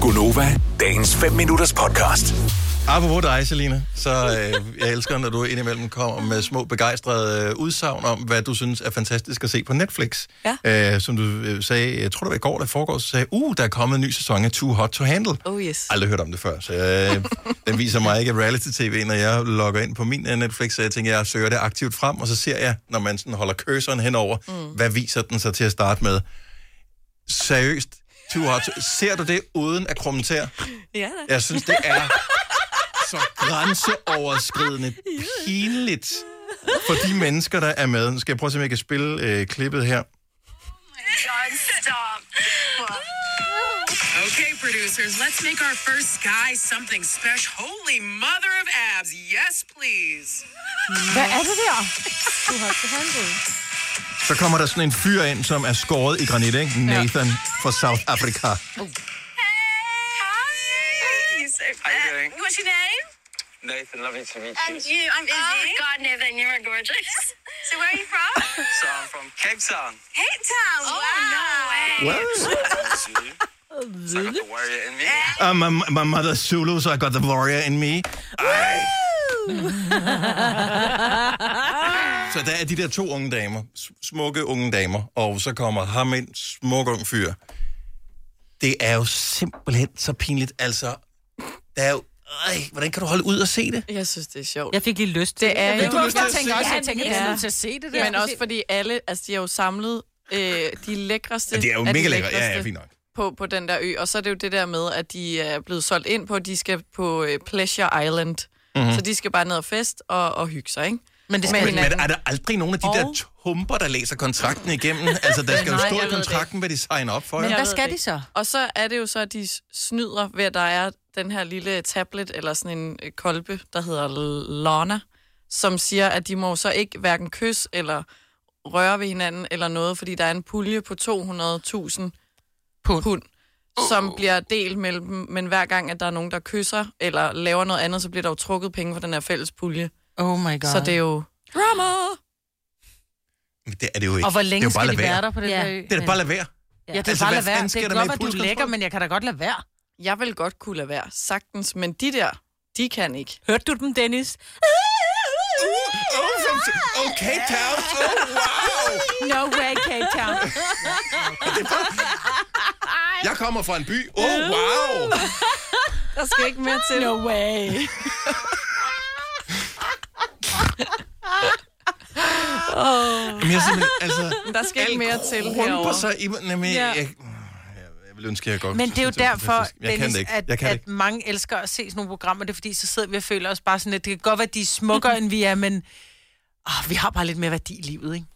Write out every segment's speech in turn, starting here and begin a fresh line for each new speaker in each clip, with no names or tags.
Gunova, dagens 5 minutters podcast.
Apropos dig, Selina, så øh, jeg elsker, når du indimellem kommer med små begejstrede øh, udsagn om, hvad du synes er fantastisk at se på Netflix. Ja. Øh, som du øh, sagde, jeg tror det var i går, der foregår, så sagde uh, der er kommet en ny sæson af Too Hot to Handle.
Oh, yes.
Aldrig hørt om det før, så øh, den viser mig ikke reality-tv, når jeg logger ind på min øh, Netflix, så jeg tænker, jeg søger det aktivt frem, og så ser jeg, når man sådan holder cursoren henover, mm. hvad viser den så til at starte med. Seriøst, Too Hot to... Ser du det uden at kommentere?
Ja, da.
Jeg synes, det er så grænseoverskridende pinligt for de mennesker, der er med. Nu skal jeg prøve at se, om jeg kan spille øh, klippet her.
John, stop. Okay, producers, let's make our first guy something special. Holy mother of abs. Yes, please.
Hvad er det der? Du har ikke handlet.
Så kommer der sådan en fyr ind, som er skåret i granit, ikke? Nathan fra South Africa.
Hi. You so How
you doing?
What's your name?
Nathan, lovely to meet you.
And you, I'm Izzy. Oh, God, Nathan, you are gorgeous. so where are you from?
So I'm from Cape Town.
Cape Town. Oh, no way.
What?
Zulu. So I got the warrior in me.
Uh, my, my mother's Zulu, so I got the warrior in me. Ej. så der er de der to unge damer, s- smukke unge damer, og så kommer ham ind, smuk ung fyr. Det er jo simpelthen så pinligt, altså. Der er jo, øj, hvordan kan du holde ud og se det?
Jeg synes, det er sjovt.
Jeg fik lige lyst til det.
er
Fik du lyst til
Jeg
at
tænker
se
også,
det?
jeg tænker,
Ja.
jeg er nødt til at se det der.
Men også fordi alle, altså de har jo samlet øh, de lækreste
Altså,
Ja, det er jo
af de
mega lækkert. Ja, ja,
lækreste
fint nok.
På, på den der ø, og så er det jo det der med, at de er blevet solgt ind på, at de skal på øh, Pleasure Island. Mm-hmm. Så de skal bare ned og fest og, og hygge sig, ikke?
Men det
Med
skal
Mhm. Men, men
hinanden.
er der aldrig nogen af de
Og-
der tumper, der læser kontrakten igennem? Altså, der skal jo
Nej,
stå
jeg
i
ved det
kontrakten, hvad de signer op for.
Men
jo.
hvad
ved
skal
det
de så?
Og så er det jo så, at de s- snyder ved, at der er den her lille tablet, eller sådan en øh, kolbe, der hedder Lona, som siger, at de må så ikke hverken kysse eller røre ved hinanden eller noget, fordi der er en pulje på 200.000 pund, pund som bliver delt mellem dem, men hver gang, at der er nogen, der kysser eller laver noget andet, så bliver der jo trukket penge fra den her fælles pulje.
Oh my god.
Så det er jo... Drama!
Det er det jo ikke.
Og hvor
det er
længe
jo bare
skal de
lade
være der på det
Ja.
der ø?
Det er da bare at lade være.
Ja, det er
Altså,
bare
hvad
lade være.
fanden
Det
sker
er
der med
godt,
et
at du
pulskonsprog?
lægger, men jeg kan da godt lade være.
Jeg vil godt kunne lade være, sagtens, men de der, de kan ikke.
Hørte du dem, Dennis?
Uh, oh, som, okay, Town. Oh, wow.
No way, Cape Town.
Jeg kommer fra en by. Oh, wow.
Der skal ikke mere til.
No way.
Jamen, jeg er simpelthen, altså...
Der skal ikke mere til
Rumper
herovre.
sig i... Jamen,
Ja.
jeg, jeg, jeg vil ønske, at jeg godt
Men det er jo
synes, det
derfor,
fantastisk. Jeg kan
Dennis,
det ikke. Jeg
at,
kan det
at
ikke.
mange elsker at se sådan nogle programmer. Det er fordi, så sidder vi og føler os bare sådan lidt. Det kan godt være, de er smukkere, end vi er, men oh, vi har bare lidt mere værdi i livet, ikke?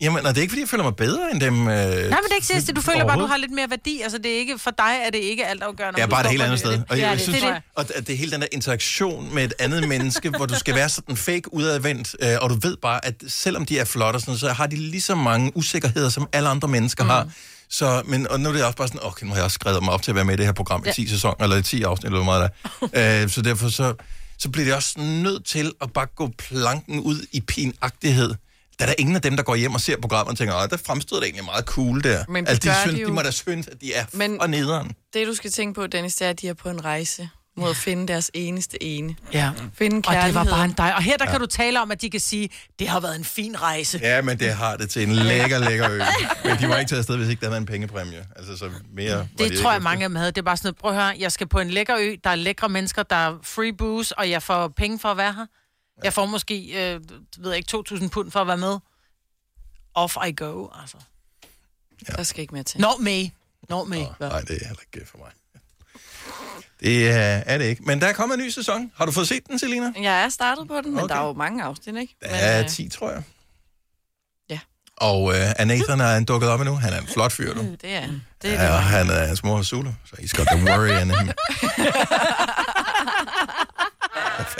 Jamen, nej, det er ikke, fordi jeg føler mig bedre end dem. Øh, nej,
Nej, men det er ikke seriøst. Du føler bare, du har lidt mere værdi. Altså, det er ikke, for dig er det ikke altafgørende.
Det er
om
bare
du
et helt
står
andet
på
sted. Og
en ø. Det
jeg
er det.
synes,
Det er det.
og at det er hele den der interaktion med et andet menneske, hvor du skal være sådan fake udadvendt, øh, og du ved bare, at selvom de er flotte, og sådan, noget, så har de lige så mange usikkerheder, som alle andre mennesker mm. har. Så, men, og nu er det også bare sådan, okay, nu har jeg også skrevet mig op til at være med i det her program i 10 sæsoner, eller i 10 afsnit, eller hvor meget der er. øh, Så derfor så, så bliver det også nødt til at bare gå planken ud i pinagtighed. Der er der ingen af dem, der går hjem og ser programmet og tænker, at der fremstod det egentlig meget cool der.
Men det
altså, de,
gør
synes,
de jo.
de må da synes, at de er men,
Men-
og nederen.
Det, du skal tænke på, Dennis, det er, at de er på en rejse mod at finde deres eneste ene.
Ja.
Finde
Og det
kærligheden.
var bare en dej. Og her der kan du tale om, at de kan sige, det har været en fin rejse.
Ja, men det har det til en lækker, lækker ø. Men de var ikke taget afsted, hvis ikke der havde været en pengepræmie. Altså, så mere... var
Det
ikke
tror jeg,
efter.
mange af dem havde. Det er bare sådan noget, prøv at høre, jeg skal på en lækker ø, der er lækre mennesker, der er free booze, og jeg får penge for at være her. Jeg får måske, øh, ved jeg ikke, 2.000 pund for at være med. Off I go, altså.
Der skal ikke mere til.
Not me. Not me.
Nej, det er heller ikke for mig. Det er, er det ikke. Men der er kommet en ny sæson. Har du fået set den, Selina?
Jeg er startet på den, men
Okay.
okay. der er jo mange afsnit, ikke?
Der
men,
er
øh,
10, tror jeg.
Ja.
Og øh, er Nathan er han dukket op endnu. Han er en flot fyr, du.
det er det. Er
Ja, og
det.
han er hans mor er Zulu, så he's got the worry in him. Hvad